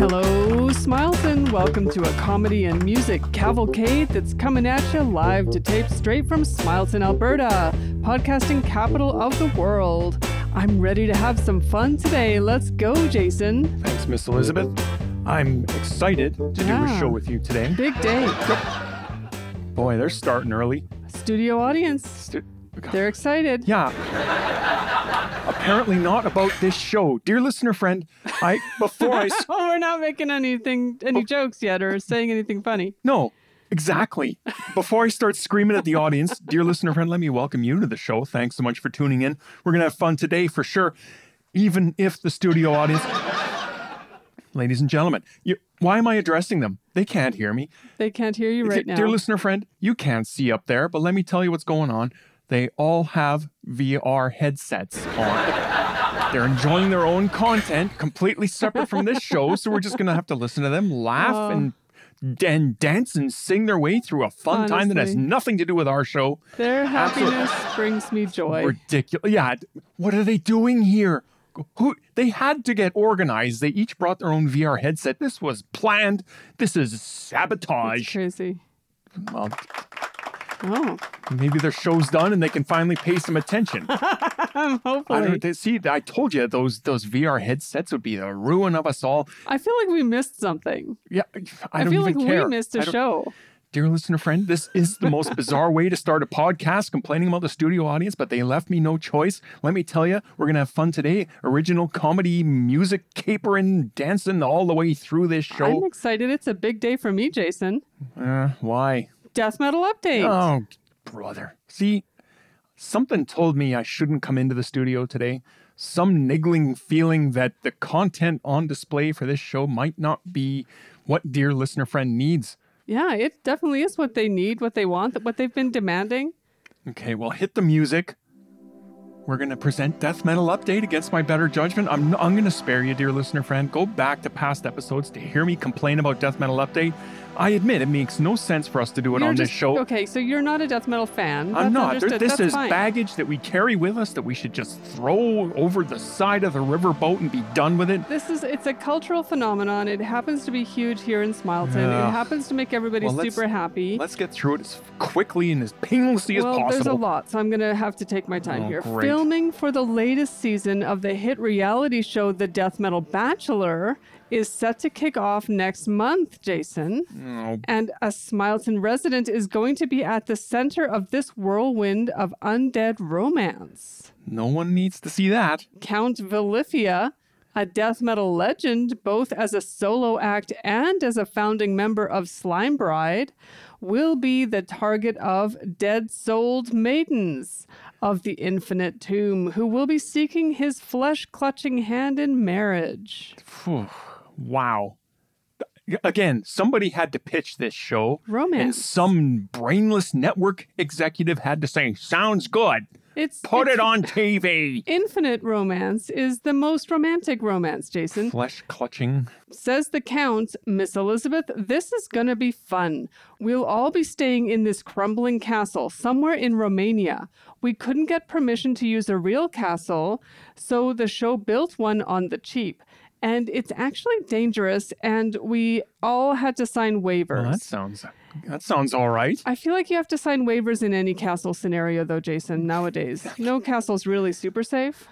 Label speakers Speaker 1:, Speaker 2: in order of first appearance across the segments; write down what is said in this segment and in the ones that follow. Speaker 1: Hello, Smileson. Welcome to a comedy and music cavalcade that's coming at you live to tape straight from Smileson, Alberta, podcasting capital of the world. I'm ready to have some fun today. Let's go, Jason.
Speaker 2: Thanks, Miss Elizabeth. I'm excited to do
Speaker 1: Yeah.
Speaker 2: a show with you today.
Speaker 1: Big day.
Speaker 2: Boy, they're starting early.
Speaker 1: Studio audience.
Speaker 2: Stu-
Speaker 1: They're excited.
Speaker 2: Yeah. Apparently not about this show. Dear listener friend, I before I s-
Speaker 1: Oh, we're not making anything,
Speaker 2: Oh.
Speaker 1: any jokes yet, or saying anything funny.
Speaker 2: No, exactly. Before I start screaming at the audience, dear listener friend, let me welcome you to the show. Thanks so much for tuning in. We're going to have fun today for sure, even if the studio audience. Ladies and gentlemen, you, why am I addressing them? They can't hear me.
Speaker 1: They can't hear you right
Speaker 2: Dear-
Speaker 1: now.
Speaker 2: Dear listener friend, you can't see up there, but let me tell you what's going on. They all have VR headsets on. They're enjoying their own content completely separate from this show, so we're just going to have to listen to them laugh
Speaker 1: Oh.
Speaker 2: and and dance and sing their way through a fun time that has
Speaker 1: Honestly.
Speaker 2: nothing to do with our show.
Speaker 1: Their
Speaker 2: Absolute-
Speaker 1: happiness brings me joy.
Speaker 2: Ridiculous. Yeah, what are they doing here? Who they had to get organized. They each brought their own VR headset. This was planned. This is
Speaker 1: It's
Speaker 2: sabotage.
Speaker 1: crazy.
Speaker 2: Well,
Speaker 1: Oh,
Speaker 2: Maybe their show's done and they can finally pay some attention. I
Speaker 1: hopefully.
Speaker 2: don't see. I told you those those VR headsets would be the ruin of us all.
Speaker 1: I feel like we missed something.
Speaker 2: Yeah, I,
Speaker 1: I,
Speaker 2: don't
Speaker 1: feel like
Speaker 2: even care.
Speaker 1: we missed
Speaker 2: I
Speaker 1: a
Speaker 2: don't-
Speaker 1: show.
Speaker 2: Dear listener friend, this is the most bizarre way to start a podcast complaining about the studio audience, but they left me no choice. Let me tell you, we're going to have fun today. Original comedy, music, capering, dancing all the way through this
Speaker 1: I'm
Speaker 2: show.
Speaker 1: excited. It's a big day for me, Jason.
Speaker 2: Uh, why?
Speaker 1: Death metal update.
Speaker 2: Oh, brother. See, something told me I shouldn't come into the studio today. Some niggling feeling that the content on display for this show might not be what dear listener friend needs.
Speaker 1: Yeah, it definitely is what they need, what they want, what they've been demanding.
Speaker 2: Okay, well, hit the music. We're going to present Death Metal Update against my better judgment. I'm, I'm going to spare you, dear listener friend. Go back to past episodes to hear me complain about Death Metal Update. I admit it makes no sense for us to do it
Speaker 1: You're
Speaker 2: on
Speaker 1: just-
Speaker 2: this show.
Speaker 1: Okay, so you're not a death metal fan. That's
Speaker 2: I'm not. There-
Speaker 1: Understood.
Speaker 2: this
Speaker 1: That's
Speaker 2: is
Speaker 1: fine.
Speaker 2: baggage that we carry with us that we should just throw over the side of the riverboat and be done with it.
Speaker 1: This is it's a cultural phenomenon. It happens to be huge here in Smileton.
Speaker 2: Yeah.
Speaker 1: It happens to make everybody
Speaker 2: Well, let's-
Speaker 1: super happy.
Speaker 2: Let's get through it as quickly and as painlessly
Speaker 1: well,
Speaker 2: as
Speaker 1: there's a
Speaker 2: possible.
Speaker 1: lot, so I'm going to have to take my time
Speaker 2: Oh,
Speaker 1: here.
Speaker 2: great.
Speaker 1: Filming for the latest season of the hit reality show The Death Metal Bachelor is set to kick off next month, Jason.
Speaker 2: Oh,
Speaker 1: And a Smileton resident is going to be at the center of this whirlwind of undead romance.
Speaker 2: no one needs to see that.
Speaker 1: Count Valifia, a death metal legend, both as a solo act and as a founding member of Slime Bride, will be the target of dead souled maidens of the infinite tomb who will be seeking his flesh clutching hand in marriage.
Speaker 2: Phew, wow. Again, somebody had to pitch this show. And
Speaker 1: Romance.
Speaker 2: some brainless network executive had to say, sounds good.
Speaker 1: It's
Speaker 2: Put
Speaker 1: it's-
Speaker 2: it on TV.
Speaker 1: Infinite romance is the most romantic romance, Jason.
Speaker 2: Flesh clutching.
Speaker 1: Says the Count, Miss Elizabeth, this is going to be fun. We'll all be staying in this crumbling castle somewhere in Romania. We couldn't get permission to use a real castle, so the show built one on the cheap. And it's actually dangerous, and we all had to sign waivers.
Speaker 2: Well, that sounds that sounds all right.
Speaker 1: I feel like you have to sign waivers in any castle scenario, though, Jason, nowadays. No castle's really super safe.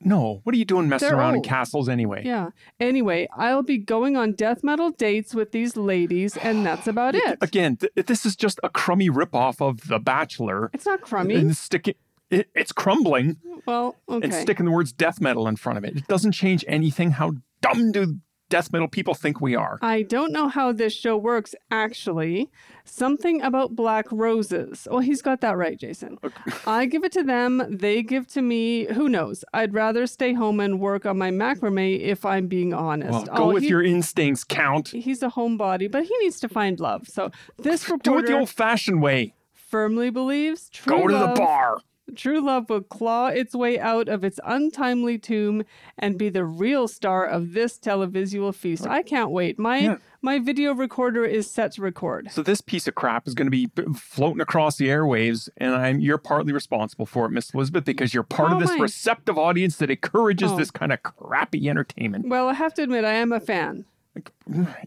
Speaker 2: No, what are you doing messing
Speaker 1: They're
Speaker 2: around
Speaker 1: old.
Speaker 2: in castles anyway?
Speaker 1: Yeah. Anyway, I'll be going on death metal dates with these ladies, and that's about it.
Speaker 2: Again, th- this is just a crummy ripoff of The Bachelor.
Speaker 1: It's not crummy.
Speaker 2: And sticking it, it's crumbling
Speaker 1: Well,
Speaker 2: and
Speaker 1: okay.
Speaker 2: sticking the words death metal in front of it. It doesn't change anything. How dumb do death metal people think we are?
Speaker 1: I don't know how this show works, actually. Something about black roses. Well, he's got that right, Jason. I give it to them, they give to me. Who knows? I'd rather stay home and work on my macrame if I'm being honest.
Speaker 2: Well, go
Speaker 1: Oh,
Speaker 2: with
Speaker 1: he-
Speaker 2: your instincts, count.
Speaker 1: He's a homebody, but he needs to find love. So this
Speaker 2: Do it
Speaker 1: reporter
Speaker 2: the old-fashioned way.
Speaker 1: firmly believes true
Speaker 2: Go to the
Speaker 1: love
Speaker 2: bar.
Speaker 1: True love will claw its way out of its untimely tomb and be the real star of this televisual feast. I can't wait. My
Speaker 2: Yeah.
Speaker 1: my video recorder is set to record.
Speaker 2: So this piece of crap is going to be b- floating across the airwaves, and I'm you're partly responsible for it, Miss Elizabeth, because you're part
Speaker 1: Oh,
Speaker 2: of this
Speaker 1: my.
Speaker 2: receptive audience that encourages
Speaker 1: Oh.
Speaker 2: this kind of crappy entertainment.
Speaker 1: Well, I have to admit I am a fan.
Speaker 2: Like,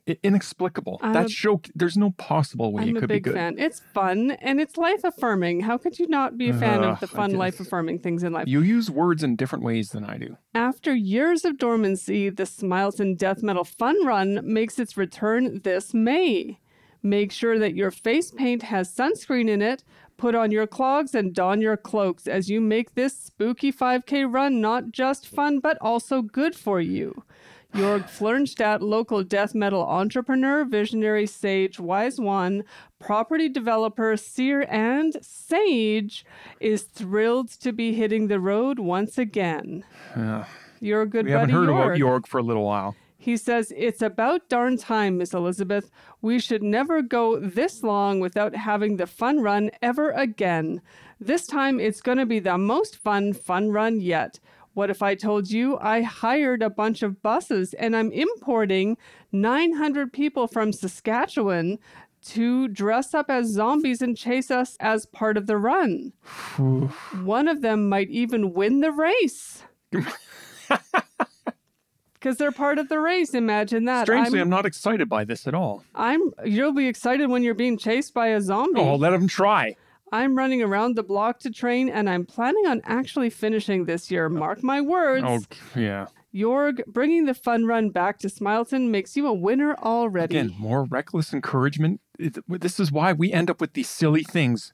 Speaker 2: i- inexplicable.
Speaker 1: I'm
Speaker 2: that
Speaker 1: a-
Speaker 2: show, there's no possible way
Speaker 1: I'm
Speaker 2: it
Speaker 1: a
Speaker 2: could be
Speaker 1: big
Speaker 2: good.
Speaker 1: fan. It's fun and it's life affirming. How could you not be a fan
Speaker 2: Ugh,
Speaker 1: of the
Speaker 2: I
Speaker 1: fun,
Speaker 2: guess.
Speaker 1: life affirming things in life?
Speaker 2: You use words in different ways than I do.
Speaker 1: After years of dormancy, the Smileton Death Metal Fun Run makes its return this May. Make sure that your face paint has sunscreen in it. Put on your clogs and don your cloaks as you make this spooky 5K run not just fun, but also good for you. Jorg Flernstadt, local death metal entrepreneur, visionary, sage, wise one, property developer, seer, and sage, is thrilled to be hitting the road once again.
Speaker 2: Ugh.
Speaker 1: Your good
Speaker 2: we
Speaker 1: buddy
Speaker 2: haven't heard
Speaker 1: York.
Speaker 2: about York for a little while.
Speaker 1: He says, It's about darn time, Miss Elizabeth. We should never go this long without having the fun run ever again. This time it's going to be the most fun, fun run yet. What if I told you I hired a bunch of buses and I'm importing 900 people from Saskatchewan to dress up as zombies and chase us as part of the run?
Speaker 2: Ooh.
Speaker 1: One of them might even win the race. Because they're part of the race. Imagine that.
Speaker 2: Strangely, I'm...
Speaker 1: I'm,
Speaker 2: not excited by this at all.
Speaker 1: I'm, you'll be excited when you're being chased by a zombie.
Speaker 2: Oh, let him try.
Speaker 1: I'm running around the block to train, and I'm planning on actually finishing this year. Mark my words.
Speaker 2: Oh, yeah.
Speaker 1: Jorg, bringing the fun run back to Smileton makes you a winner already.
Speaker 2: Again, more reckless encouragement. It- This is why we end up with these silly things.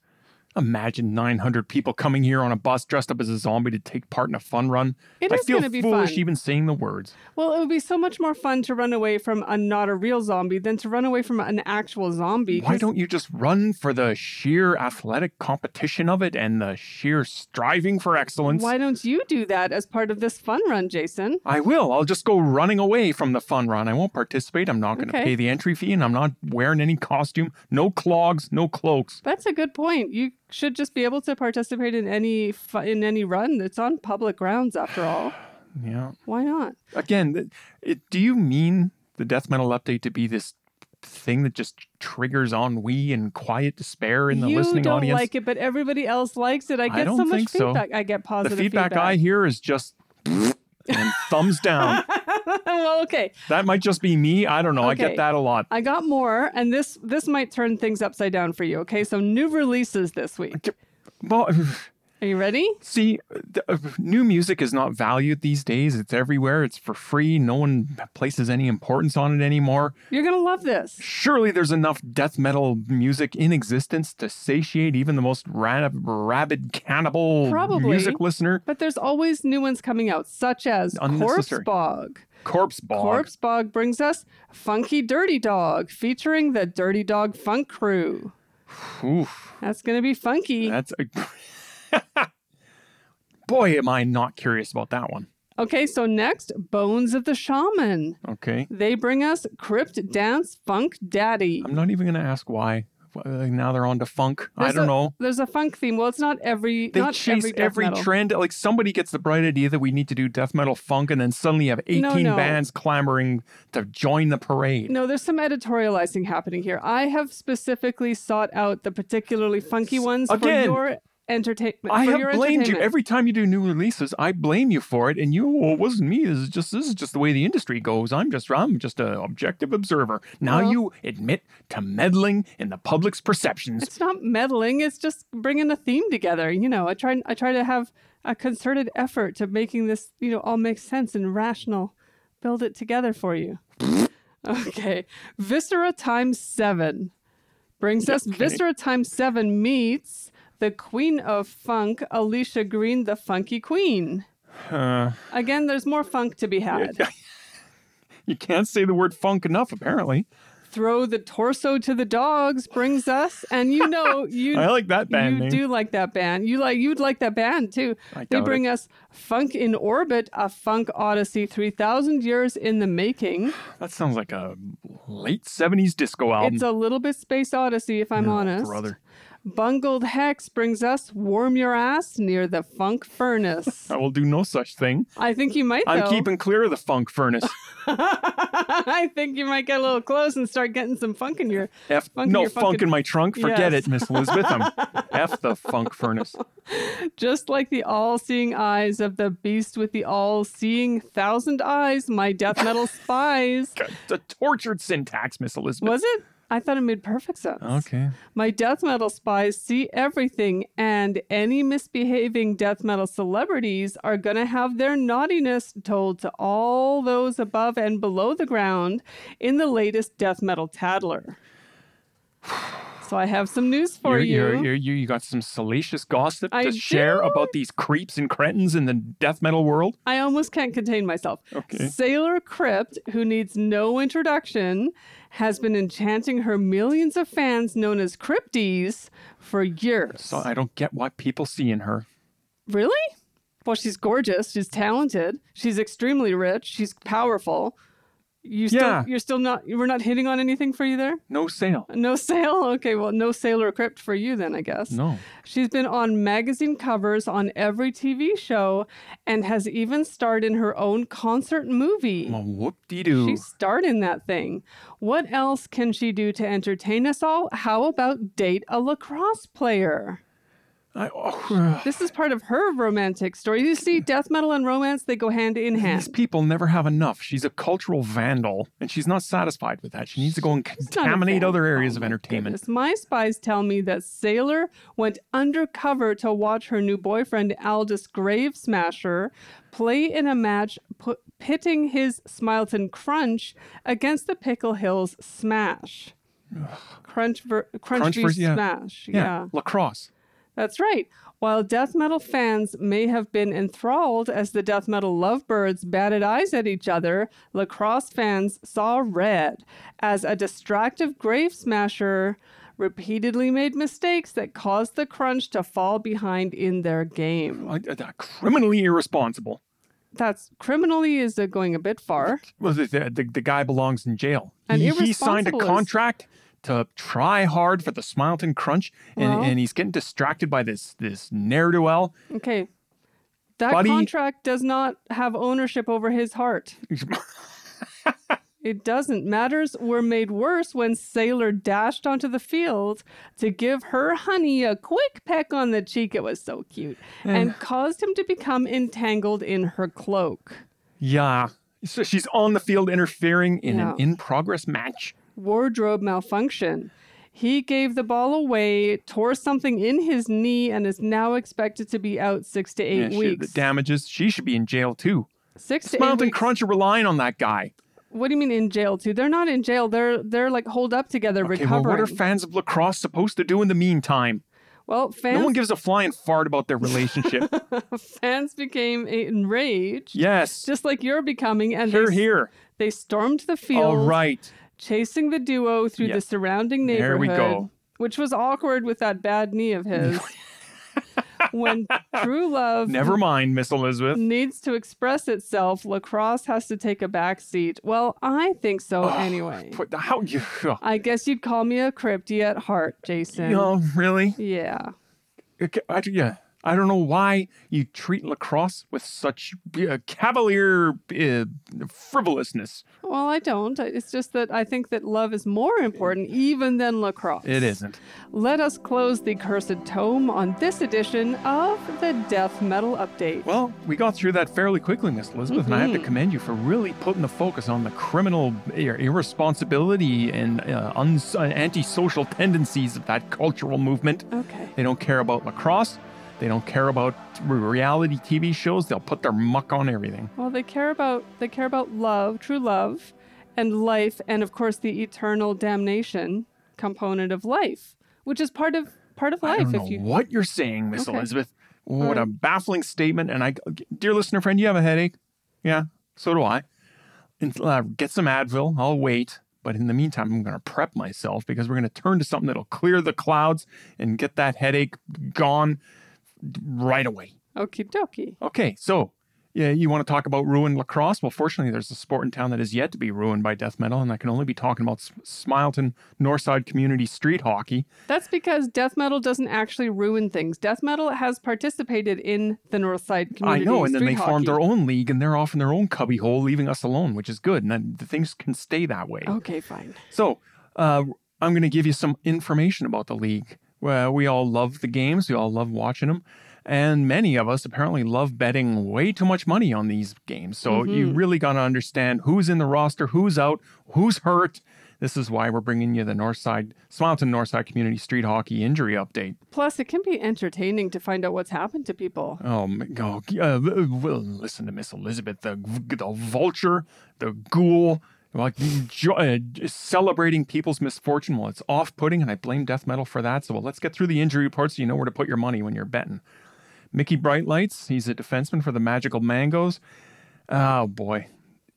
Speaker 2: Imagine 900 people coming here on a bus dressed up as a zombie to take part in a fun run.
Speaker 1: It
Speaker 2: I
Speaker 1: is
Speaker 2: feel
Speaker 1: gonna be
Speaker 2: foolish
Speaker 1: fun.
Speaker 2: even saying the words.
Speaker 1: Well, it would be so much more fun to run away from a not a real zombie than to run away from an actual zombie.
Speaker 2: Why
Speaker 1: 'cause-
Speaker 2: don't you just run for the sheer athletic competition of it and the sheer striving for excellence?
Speaker 1: Why don't you do that as part of this fun run, Jason?
Speaker 2: I will. I'll just go running away from the fun run. I won't participate. I'm not going to
Speaker 1: Okay.
Speaker 2: pay the entry fee and I'm not wearing any costume. No clogs, no cloaks.
Speaker 1: That's a good point. You should just be able to participate in any fu- in any run that's on public grounds. After all,
Speaker 2: Yeah.
Speaker 1: why not?
Speaker 2: Again, th- it, do you mean the death metal update to be this thing that just triggers ennui and quiet despair in the
Speaker 1: you
Speaker 2: listening
Speaker 1: don't
Speaker 2: audience?
Speaker 1: like it, but everybody else likes it. I get
Speaker 2: don't
Speaker 1: so much
Speaker 2: think so.
Speaker 1: feedback. I get
Speaker 2: the
Speaker 1: positive
Speaker 2: feedback, I hear is just and thumbs down.
Speaker 1: well, okay,
Speaker 2: That might just be me. I don't know. I
Speaker 1: Okay.
Speaker 2: get that a lot.
Speaker 1: I got more, and this this might turn things upside down for you. Okay, so new releases this week.
Speaker 2: Well,
Speaker 1: Are you ready?
Speaker 2: See, th- uh, new music is not valued these days. It's everywhere. It's for free. No one places any importance on it anymore.
Speaker 1: You're gonna love this.
Speaker 2: Surely there's enough death metal music in existence to satiate even the most ra- rabid cannibal
Speaker 1: Probably.
Speaker 2: music listener.
Speaker 1: But there's always new ones coming out, such as Corpse
Speaker 2: Unnecessary.
Speaker 1: Bog.
Speaker 2: Corpse Bog.
Speaker 1: Corpse Bog brings us Funky Dirty Dog featuring the Dirty Dog Funk Crew.
Speaker 2: Oof,
Speaker 1: That's going to be funky.
Speaker 2: that's a- Boy, am I not curious about that one.
Speaker 1: Okay, so next, Bones of the Shaman.
Speaker 2: Okay.
Speaker 1: They bring us Crypt Dance Funk Daddy.
Speaker 2: I'm not even going to ask why. Uh, Now they're on to funk. I
Speaker 1: There's
Speaker 2: don't
Speaker 1: a-
Speaker 2: know.
Speaker 1: There's a funk theme. Well, it's not every
Speaker 2: They
Speaker 1: not
Speaker 2: chase
Speaker 1: every,
Speaker 2: every,
Speaker 1: death metal.
Speaker 2: trend. Like somebody gets the bright idea that we need to do death metal funk, and then suddenly you have 18
Speaker 1: no.
Speaker 2: bands clamoring to join the parade.
Speaker 1: No, there's some editorializing happening here. I have specifically sought out the particularly funky ones
Speaker 2: Again,
Speaker 1: for your entertainment.
Speaker 2: I
Speaker 1: for
Speaker 2: have
Speaker 1: your
Speaker 2: blamed you
Speaker 1: entertainment.
Speaker 2: every time you do new releases. I blame you for it, and you oh, it wasn't me. This is just this is just the way the industry goes. I'm just I'm just an objective observer. Now
Speaker 1: Well-
Speaker 2: you admit to meddling in the public's perceptions.
Speaker 1: It's not meddling. It's just bringing a theme together. You know, I try. I try to have a concerted effort to making this, you know, all make sense and rational. Build it together for you. okay, Viscera times seven brings us
Speaker 2: Okay.
Speaker 1: Viscera times seven meets the Queen of Funk, Alicia Green, the Funky Queen.
Speaker 2: Uh,
Speaker 1: Again, there's more funk to be had.
Speaker 2: you can't say the word funk enough, apparently.
Speaker 1: Throw the torso to the dogs brings us, and you know, you
Speaker 2: I like that band
Speaker 1: you
Speaker 2: name.
Speaker 1: do like that band. You like you'd like that band too.
Speaker 2: I
Speaker 1: they
Speaker 2: doubt
Speaker 1: bring us Funk in Orbit, a Funk Odyssey, three thousand years in the making.
Speaker 2: That sounds like a late '70s disco album.
Speaker 1: It's a little bit Space Odyssey, if I'm
Speaker 2: Oh,
Speaker 1: honest.
Speaker 2: Um, brother.
Speaker 1: Bungled Hex brings us Warm Your Ass Near the Funk Furnace.
Speaker 2: I will do no such thing.
Speaker 1: I think you might,
Speaker 2: I'm
Speaker 1: though.
Speaker 2: keeping clear of the funk furnace.
Speaker 1: I think you might get a little close and start getting some funk in your.
Speaker 2: F
Speaker 1: Funk in
Speaker 2: no
Speaker 1: your
Speaker 2: funk in
Speaker 1: funkin-
Speaker 2: my trunk. Forget
Speaker 1: Yes.
Speaker 2: it, Miss Elizabeth. I'm F the funk furnace.
Speaker 1: Just like the all seeing eyes of the beast with the all seeing thousand eyes, my death metal spies.
Speaker 2: God, The tortured syntax, Miss Elizabeth.
Speaker 1: Was it? I thought it made perfect sense.
Speaker 2: Okay.
Speaker 1: My death metal spies see everything, and any misbehaving death metal celebrities are going to have their naughtiness told to all those above and below the ground in the latest death metal tattler. So I have some news for
Speaker 2: You're-
Speaker 1: you
Speaker 2: you're- you're- you you got some salacious gossip
Speaker 1: I
Speaker 2: to share
Speaker 1: do.
Speaker 2: about these creeps and cretins in the death metal world.
Speaker 1: I almost can't contain myself.
Speaker 2: Okay.
Speaker 1: Sailor Crypt, who needs no introduction, has been enchanting her millions of fans known as Crypties for years.
Speaker 2: So I don't get what people see in her.
Speaker 1: Really? Well, she's gorgeous. She's talented. She's extremely rich. She's powerful. You still,
Speaker 2: Yeah.
Speaker 1: you're still not. We're not hitting on anything for you there.
Speaker 2: No sale.
Speaker 1: No sale. Okay. Well, no sailor crypt for you then, I guess.
Speaker 2: No.
Speaker 1: She's been on magazine covers on every TV show, and has even starred in her own concert movie.
Speaker 2: Well, whoop de doo.
Speaker 1: She starred in that thing. What else can she do to entertain us all? How about date a lacrosse player?
Speaker 2: oh,
Speaker 1: This is part of her romantic story. You see, death metal and romance, they go hand in
Speaker 2: These
Speaker 1: hand.
Speaker 2: people never have enough. She's a cultural vandal, and she's not satisfied with that. She needs to go and
Speaker 1: not a
Speaker 2: contaminate other
Speaker 1: vandal.
Speaker 2: areas
Speaker 1: Oh
Speaker 2: of
Speaker 1: my
Speaker 2: entertainment.
Speaker 1: Goodness. My spies tell me that Sailor went undercover to watch her new boyfriend, Aldous Gravesmasher, play in a match pu- pitting his Smileton Crunch against the Pickle Hills Smash. Crunch, ver- Crunch,
Speaker 2: Crunch
Speaker 1: v
Speaker 2: vers- yeah.
Speaker 1: Smash.
Speaker 2: Yeah,
Speaker 1: yeah.
Speaker 2: lacrosse.
Speaker 1: That's right. While death metal fans may have been enthralled as the death metal lovebirds batted eyes at each other, lacrosse fans saw red as a distractive grave smasher repeatedly made mistakes that caused the crunch to fall behind in their game.
Speaker 2: Uh, uh, criminally irresponsible.
Speaker 1: That's criminally is uh, going a bit far.
Speaker 2: Well, the, the, the, the guy belongs in jail.
Speaker 1: And
Speaker 2: he, he signed a
Speaker 1: irresponsible is-
Speaker 2: contract to try hard for the Smileton Crunch, and,
Speaker 1: Well.
Speaker 2: and he's getting distracted by this this ne'er do well.
Speaker 1: Okay. That
Speaker 2: Buddy-
Speaker 1: contract does not have ownership over his heart. It doesn't. Matters were made worse when Sailor dashed onto the field to give her honey a quick peck on the cheek. It was so cute. And caused him to become entangled in her cloak.
Speaker 2: yeah. So she's on the field interfering in
Speaker 1: Yeah.
Speaker 2: an in progress match.
Speaker 1: Wardrobe malfunction. He gave the ball away, tore something in his knee, and is now expected to be out six to eight
Speaker 2: Yeah, she-
Speaker 1: weeks.
Speaker 2: the damages. She should be in jail too.
Speaker 1: six to eight
Speaker 2: Smileton
Speaker 1: weeks.
Speaker 2: Crunch are relying on that guy.
Speaker 1: What do you mean in jail too? They're not in jail. They're they're like holed up together
Speaker 2: Okay, well,
Speaker 1: recovering.
Speaker 2: what are fans of lacrosse supposed to do in the meantime?
Speaker 1: well, fans
Speaker 2: No one gives a flying fart about their relationship.
Speaker 1: fans became enraged.
Speaker 2: yes.
Speaker 1: just like you're becoming. And
Speaker 2: Here,
Speaker 1: they,
Speaker 2: here.
Speaker 1: they stormed the field,
Speaker 2: All right.
Speaker 1: chasing the duo through
Speaker 2: Yeah.
Speaker 1: the surrounding neighborhood.
Speaker 2: There we go.
Speaker 1: Which was awkward with that bad knee of his. when true love
Speaker 2: Never mind, Miss Elizabeth.
Speaker 1: needs to express itself, lacrosse has to take a back seat. Well, I think so
Speaker 2: Oh,
Speaker 1: anyway.
Speaker 2: But how you? oh.
Speaker 1: I guess you'd call me a crypty at heart, Jason.
Speaker 2: No, really?
Speaker 1: Yeah.
Speaker 2: Okay, I, yeah. I don't know why you treat lacrosse with such uh, cavalier uh, frivolousness.
Speaker 1: Well, I don't. I- It's just that I think that love is more important even than lacrosse.
Speaker 2: It isn't.
Speaker 1: Let us close the cursed tome on this edition of the Death Metal Update.
Speaker 2: Well, we got through that fairly quickly, Miss Elizabeth, and I have to commend you for really putting the focus on the criminal ir- irresponsibility and uh, uns- uh, antisocial tendencies of that cultural movement.
Speaker 1: Okay.
Speaker 2: They don't care about lacrosse. They don't care about re- reality TV shows. They'll put their muck on everything.
Speaker 1: Well, they care about they care about love, true love, and life, and of course the eternal damnation component of life, which is part of part of life.
Speaker 2: I don't know
Speaker 1: if you
Speaker 2: what you're saying, Miss
Speaker 1: Okay.
Speaker 2: Elizabeth. What a baffling statement. And I, dear listener friend, you have a headache. Yeah, so do I. And, uh, get some Advil. I'll wait. But in the meantime, I'm going to prep myself because we're going to turn to something that'll clear the clouds and get that headache gone right away.
Speaker 1: okie dokie.
Speaker 2: Okay, so Yeah, you want to talk about ruined lacrosse? Well, fortunately, there's a sport in town that is yet to be ruined by death metal, and I can only be talking about S- Smileton Northside Community Street Hockey.
Speaker 1: That's because death metal doesn't actually ruin things. Death metal has participated in the North Side community.
Speaker 2: I know, and then
Speaker 1: street
Speaker 2: they formed their
Speaker 1: hockey.
Speaker 2: own league, and they're off in their own cubbyhole, leaving us alone, which is good, and then the things can stay that way.
Speaker 1: Okay, fine.
Speaker 2: So, uh, I'm going to give you some information about the league. Well, we all love the games, we all love watching them, and many of us apparently love betting way too much money on these games. So, you really got to understand who's in the roster, who's out, who's hurt. This is why we're bringing you the Northside, Smileton Northside Community Street Hockey Injury Update.
Speaker 1: Plus, it can be entertaining to find out what's happened to people.
Speaker 2: Oh, my God. Uh, well, listen to Miss Elizabeth, the, the vulture, the ghoul, like jo- uh, celebrating people's misfortune. Well, it's off putting, and I blame death metal for that. So, well, let's get through the injury report so you know where to put your money when you're betting. Mickey Brightlights, he's a defenseman for the Magical Mangoes. Oh, boy.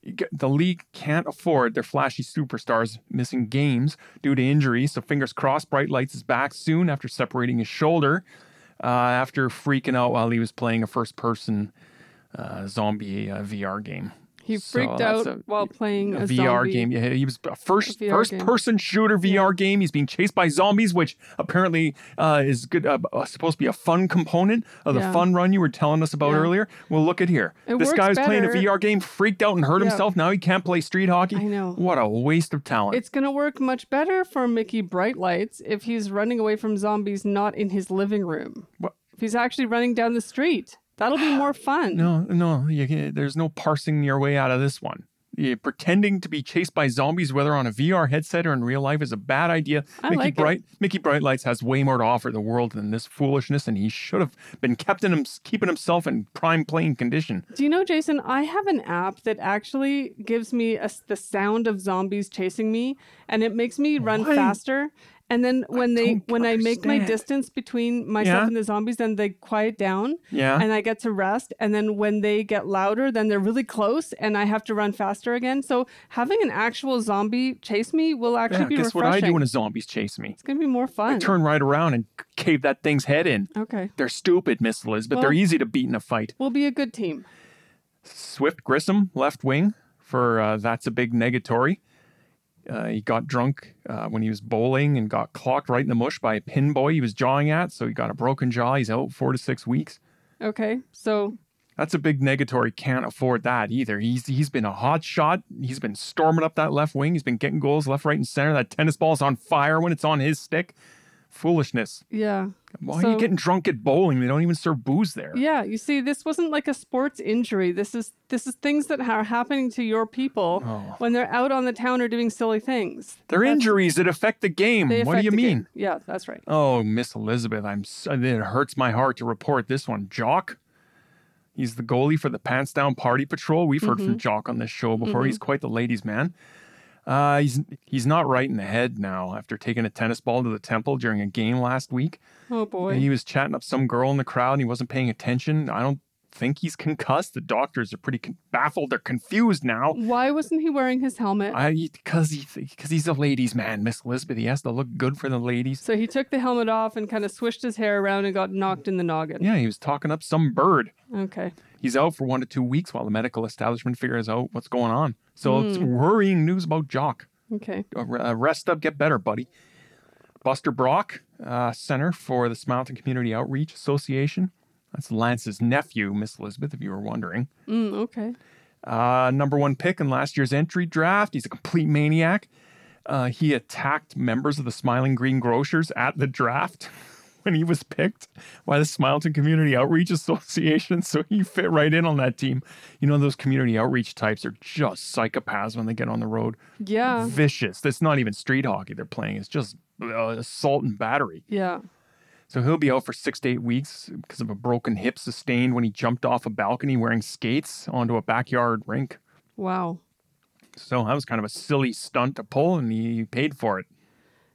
Speaker 2: You get- The league can't afford their flashy superstars missing games due to injury. So, fingers crossed, Brightlights is back soon after separating his shoulder uh, after freaking out while he was playing a first person uh, zombie uh, VR game.
Speaker 1: He
Speaker 2: So
Speaker 1: freaked
Speaker 2: that's
Speaker 1: out
Speaker 2: a-
Speaker 1: while playing a,
Speaker 2: VR
Speaker 1: zombie.
Speaker 2: game. Yeah, he was a first
Speaker 1: A VR
Speaker 2: first
Speaker 1: game.
Speaker 2: person shooter VR game. He's being chased by zombies, which apparently uh, is good. Uh, uh, supposed to be a fun component of the
Speaker 1: Yeah.
Speaker 2: fun run you were telling us about
Speaker 1: Yeah.
Speaker 2: earlier. Well, look at here.
Speaker 1: It
Speaker 2: this
Speaker 1: works
Speaker 2: guy was playing a
Speaker 1: better.
Speaker 2: VR game, freaked out and hurt
Speaker 1: Yeah.
Speaker 2: himself. Now he can't play street hockey.
Speaker 1: I know.
Speaker 2: What a waste of talent.
Speaker 1: It's going to work much better for Mickey Brightlights if he's running away from zombies not in his living room.
Speaker 2: What?
Speaker 1: If he's actually running down the street, that'll be more fun.
Speaker 2: No, no, you can't, there's no parsing your way out of this one. Yeah, pretending to be chased by zombies, whether on a VR headset or in real life, is a bad idea.
Speaker 1: I
Speaker 2: Mickey
Speaker 1: like it.
Speaker 2: Bright, Mickey Brightlights has way more to offer the world than this foolishness, and he should have been kept in him, keeping himself in prime playing condition.
Speaker 1: Do you know, Jason, I have an app that actually gives me a s the sound of zombies chasing me and it makes me run
Speaker 2: What?
Speaker 1: faster. And then when they
Speaker 2: don't
Speaker 1: when I make my
Speaker 2: understand.
Speaker 1: distance between myself
Speaker 2: Yeah?
Speaker 1: and the zombies, then they quiet down
Speaker 2: Yeah.
Speaker 1: and I get to rest. And then when they get louder, then they're really close and I have to run faster again. So having an actual zombie chase me will actually
Speaker 2: yeah,
Speaker 1: be
Speaker 2: guess what
Speaker 1: refreshing.
Speaker 2: I do when a zombie's chase me?
Speaker 1: it's gonna be more
Speaker 2: I
Speaker 1: fun.
Speaker 2: turn right around and cave that thing's head in.
Speaker 1: okay.
Speaker 2: They're stupid, Miss Elizabeth.
Speaker 1: Well-
Speaker 2: They're easy to beat in a fight.
Speaker 1: We'll be a good team.
Speaker 2: Swift Grissom, left wing for uh, that's a big negatory. Uh, he got drunk uh, when he was bowling and got clocked right in the mush by a pin boy he was jawing at. So he got a broken jaw. He's out four to six weeks.
Speaker 1: Okay. So
Speaker 2: That's a big negatory. Can't afford that either. He's he's been a hot shot. He's been storming up that left wing. He's been getting goals left, right, and center. That tennis ball's on fire when it's on his stick. Foolishness.
Speaker 1: yeah.
Speaker 2: Why are you
Speaker 1: So-
Speaker 2: getting drunk at bowling? They don't even serve booze there.
Speaker 1: Yeah, you see, this wasn't like a sports injury. This is this is things that are happening to your people
Speaker 2: Oh.
Speaker 1: when they're out on the town or doing silly things.
Speaker 2: They're
Speaker 1: That's-
Speaker 2: injuries that affect the game.
Speaker 1: they
Speaker 2: Hmm, What do
Speaker 1: affect
Speaker 2: you
Speaker 1: the
Speaker 2: mean?
Speaker 1: game. Yeah, that's right.
Speaker 2: Oh, Miss Elizabeth, I'm so, it hurts my heart to report this one. Jock, he's the goalie for the Pants Down Party Patrol. We've heard from Jock on this show before. He's quite the ladies' man. Uh, he's he's not right in the head now after taking a tennis ball to the temple during a game last week.
Speaker 1: Oh boy.
Speaker 2: He was chatting up some girl in the crowd and he wasn't paying attention. I don't think he's concussed. The doctors are pretty con- baffled. They're confused now.
Speaker 1: Why wasn't he wearing his helmet?
Speaker 2: I because he because he's a ladies' man, Miss Elizabeth. He has to look good for the ladies.
Speaker 1: so he took the helmet off and kind of swished his hair around and got knocked in the noggin.
Speaker 2: Yeah, he was talking up some bird.
Speaker 1: Okay.
Speaker 2: He's out for one to two weeks while the medical establishment figures out what's going on. So it's worrying news about Jock.
Speaker 1: Okay.
Speaker 2: Uh, re- uh, Rest up, get better, buddy. Buster Brock, uh, center for the Smileton Community Outreach Association. That's Lance's nephew, Miss Elizabeth, if you were wondering.
Speaker 1: Mm, okay.
Speaker 2: Uh, number one pick in last year's entry draft. He's a complete maniac. Uh, he attacked members of the Smiling Green Grocers at the draft when he was picked by the Smileton Community Outreach Association. So he fit right in on that team. You know, those community outreach types are just psychopaths when they get on the road.
Speaker 1: Yeah.
Speaker 2: Vicious. That's not even street hockey they're playing, it's just uh, assault and battery.
Speaker 1: Yeah.
Speaker 2: So he'll be out for six to eight weeks because of a broken hip sustained when he jumped off a balcony wearing skates onto a backyard rink.
Speaker 1: Wow.
Speaker 2: So that was kind of a silly stunt to pull, and he paid for it.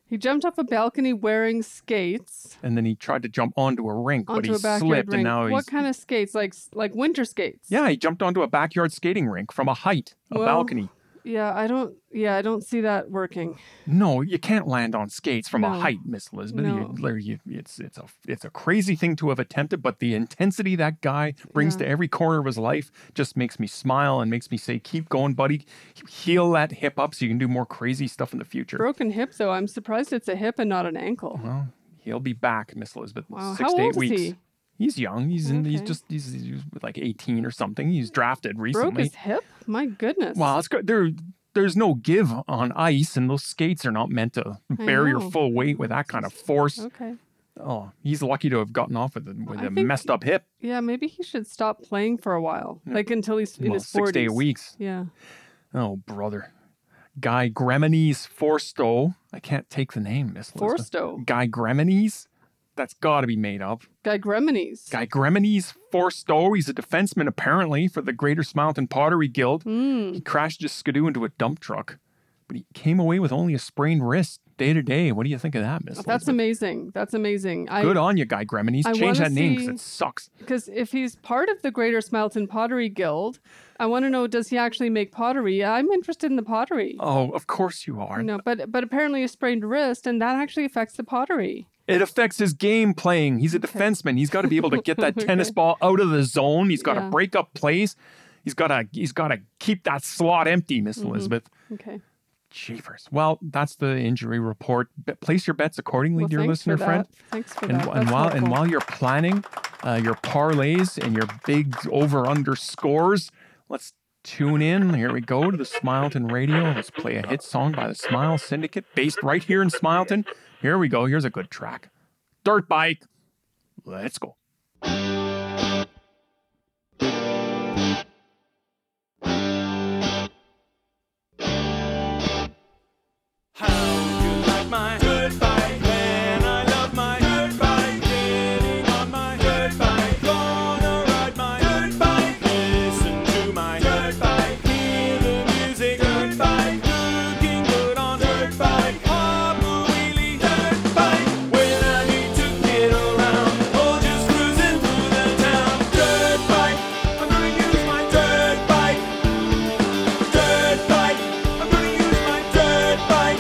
Speaker 1: He jumped off a balcony wearing skates
Speaker 2: And then he tried to jump onto a rink, but
Speaker 1: onto
Speaker 2: he
Speaker 1: a backyard
Speaker 2: slipped,
Speaker 1: rink.
Speaker 2: and now
Speaker 1: what
Speaker 2: he's
Speaker 1: kind of skates? Like like winter skates.
Speaker 2: yeah, he jumped onto a backyard skating rink from a height, a
Speaker 1: Well,
Speaker 2: balcony.
Speaker 1: Yeah, I don't. Yeah, I don't see that working.
Speaker 2: No, you can't land on skates from a
Speaker 1: No.
Speaker 2: height, Miss Elizabeth. You-
Speaker 1: No.
Speaker 2: Larry, you- it's it's a it's a crazy thing to have attempted, but the intensity that guy brings
Speaker 1: Yeah.
Speaker 2: to every corner of his life just makes me smile and makes me say, "Keep going, buddy. Heal that hip up so you can do more crazy stuff in the future."
Speaker 1: Broken hip, though. I'm surprised it's a hip and not an ankle.
Speaker 2: Well, he'll be back, Miss Elizabeth. in
Speaker 1: Wow,
Speaker 2: Six
Speaker 1: how
Speaker 2: to eight
Speaker 1: old is
Speaker 2: weeks.
Speaker 1: he?
Speaker 2: He's young. He's in. He's
Speaker 1: Okay.
Speaker 2: just. He's, he's like eighteen or something. He's drafted recently.
Speaker 1: Broke his hip? My goodness.
Speaker 2: Well, it's good. There, there's no give on ice, and those skates are not meant to
Speaker 1: I
Speaker 2: bear your
Speaker 1: know.
Speaker 2: full weight with that kind of force.
Speaker 1: Okay.
Speaker 2: Oh, he's lucky to have gotten off with a, with
Speaker 1: I
Speaker 2: a
Speaker 1: think-
Speaker 2: messed up hip.
Speaker 1: Yeah, maybe he should stop playing for a while,
Speaker 2: Yeah.
Speaker 1: like until he's in
Speaker 2: Well,
Speaker 1: his 40s.
Speaker 2: six to eight weeks.
Speaker 1: Yeah.
Speaker 2: Oh, brother. Guy Gremenes Forsto. I can't take the name, Miss Elizabeth.
Speaker 1: Forsto.
Speaker 2: Guy Gremenes? That's got to be made up.
Speaker 1: Guy Gremenes.
Speaker 2: Guy Gremenes Forsto. He's a defenseman, apparently, for the Greater Mountain Pottery Guild.
Speaker 1: Hmm.
Speaker 2: He crashed his skidoo into a dump truck, but he came away with only a sprained wrist day to day. What do you think of that, Miss?
Speaker 1: That's
Speaker 2: Elizabeth?
Speaker 1: amazing. That's amazing.
Speaker 2: Good
Speaker 1: I
Speaker 2: on you, Guy Gremenes.
Speaker 1: I
Speaker 2: Change
Speaker 1: wanna
Speaker 2: that name because
Speaker 1: see-
Speaker 2: it sucks.
Speaker 1: because if he's part of the Greater Smelton Pottery Guild, I want to know does he actually make pottery? I'm interested in the pottery.
Speaker 2: Oh, of course you are.
Speaker 1: No, but but apparently a sprained wrist, and that actually affects the pottery.
Speaker 2: It affects his game playing. He's a defenseman. He's got to be able to get that tennis ball out of the zone. He's got to
Speaker 1: Yeah.
Speaker 2: break up plays. He's got to he's got to keep that slot empty, Miss
Speaker 1: Mm-hmm.
Speaker 2: Elizabeth.
Speaker 1: Okay.
Speaker 2: Jeepers. Well, that's the injury report. B- place your bets accordingly,
Speaker 1: Well,
Speaker 2: dear
Speaker 1: thanks
Speaker 2: listener
Speaker 1: for
Speaker 2: friend.
Speaker 1: that. Thanks for
Speaker 2: and,
Speaker 1: that.
Speaker 2: and
Speaker 1: That's
Speaker 2: while and
Speaker 1: helpful.
Speaker 2: while you're planning uh, your parlays and your big over under scores, let's tune in. Here we go to the Smileton Radio. Let's play a hit song by the Smile Syndicate, based right here in Smileton. Here we go. Here's a good track. Dirt bike. Let's go.
Speaker 3: How you like my dirt bike when I love my dirt bike Getting on my dirt bike Gonna ride my dirt bike Listen to my dirt bike Hear the music dirt bike Looking good on dirt bike Hop a wheelie dirt bike When I need to get around Or just cruising through the town Dirt bike I'm gonna use my dirt bike Dirt bike I'm gonna use my dirt bike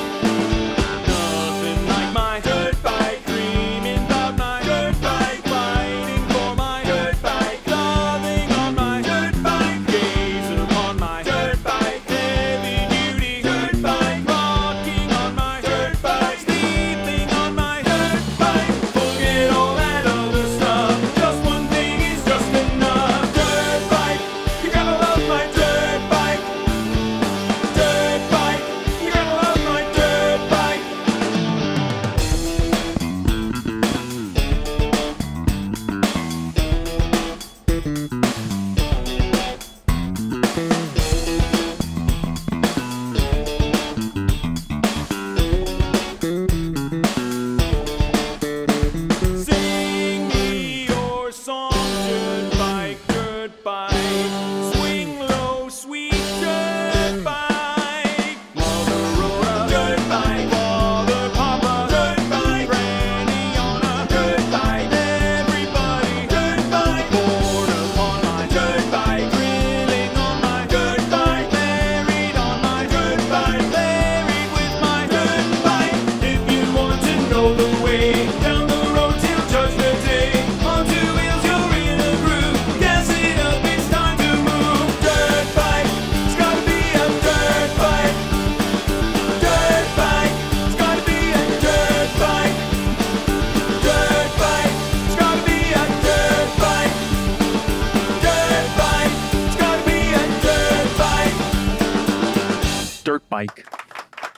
Speaker 3: Nothing like my dirt bike, dreaming about my dirt bike, fighting for my dirt bike, loving on my dirt bike, gazing upon my dirt bike, heavy duty dirt bike, walking on my dirt bike, sleeping on my dirt bike. Forget all that other stuff, just one thing is just enough. Dirt bike, you gotta love my dirt bike. Dirt bike, you gotta love my dirt bike. Sing me your song, dirt bike, dirt bike. Swing low, sweet dirt bike. Mother rode a dirt bike, father, papa, dirt bike, granny on a dirt bike, everybody dirt bike. Born upon my dirt bike, grilling on my dirt bike, married on my dirt bike, buried with my dirt bike. If you want to know the way down the road till judgment day, on two wheels you're in a groove. Gas it up, it's time to move. Dirt bike, it's gotta be a dirt bike. Dirt bike, it's gotta be a dirt bike. Dirt bike, it's gotta be a dirt bike. Dirt bike, it's gotta be a dirt bike.
Speaker 2: Dirt bike.